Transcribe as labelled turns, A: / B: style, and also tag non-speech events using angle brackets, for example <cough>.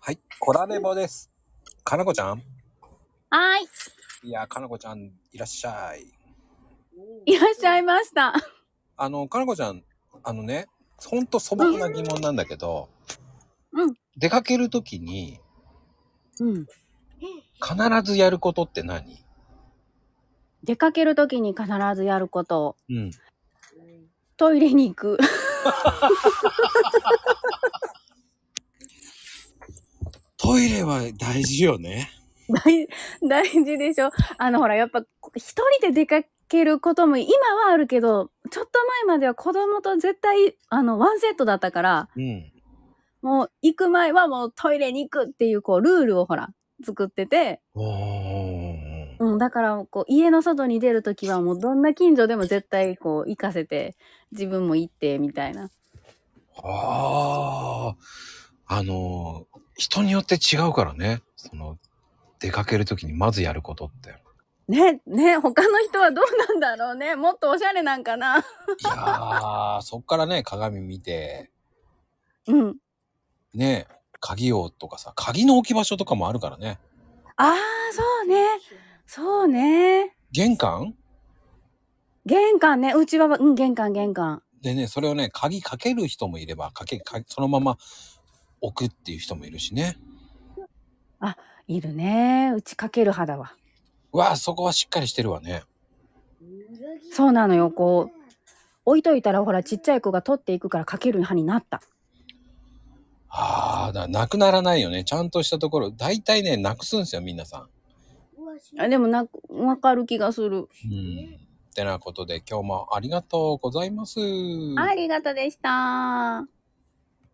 A: はい、コラレボです。かなこちゃん
B: はーい。
A: いや、かなこちゃん、いらっしゃい。
B: いらっしゃいました。
A: あの、かなこちゃん、あのね、ほんと素朴な疑問なんだけど、
B: うん。
A: 出かけるときに、
B: うん。
A: 必ずやることって何
B: 出かけるときに必ずやること。
A: うん。
B: トイレに行く。 <laughs>
A: トイレは大事よね。
B: 大大事でしょ。あのほらやっぱ一人で出かけることも今はあるけどちょっと前までは子供と絶対あのワンセットだったから、
A: うん、
B: もう行く前はもうトイレに行くっていうこうルールをほら作ってて、うん、だからこう家の外に出る時はもうどんな近所でも絶対こう行かせて自分も行ってみたいな。
A: あああの人によって違うからねその出かける時にまずやることって。
B: ね、ね、他の人はどうなんだろうね。もっとおしゃれなんかな。い
A: やそっからね、鏡見て。
B: うん。
A: ね、鍵をとかさ、鍵の置き場所とかもあるからね。
B: ああ、そうね。そうね。
A: 玄関
B: 玄関ね。うちは、うん、玄関、玄関。
A: でね、それをね、鍵かける人もいれば、かけ、かそのまま置くっていう人もいるしね。
B: あ、いるね。うちかける肌は。
A: わあ、そこはしっかりしてるわね。
B: そうなのよ。こう、置いといたら、ほら、ちっちゃい子が取っていくからかける派になった。
A: ああ、だなくならないよね。ちゃんとしたところ。大体ね、なくすんですよ、みんなさ
B: ん。あでもなく、わかる気がする。
A: うん。ってなことで、今日もありがとうございます。
B: ありがとうでした。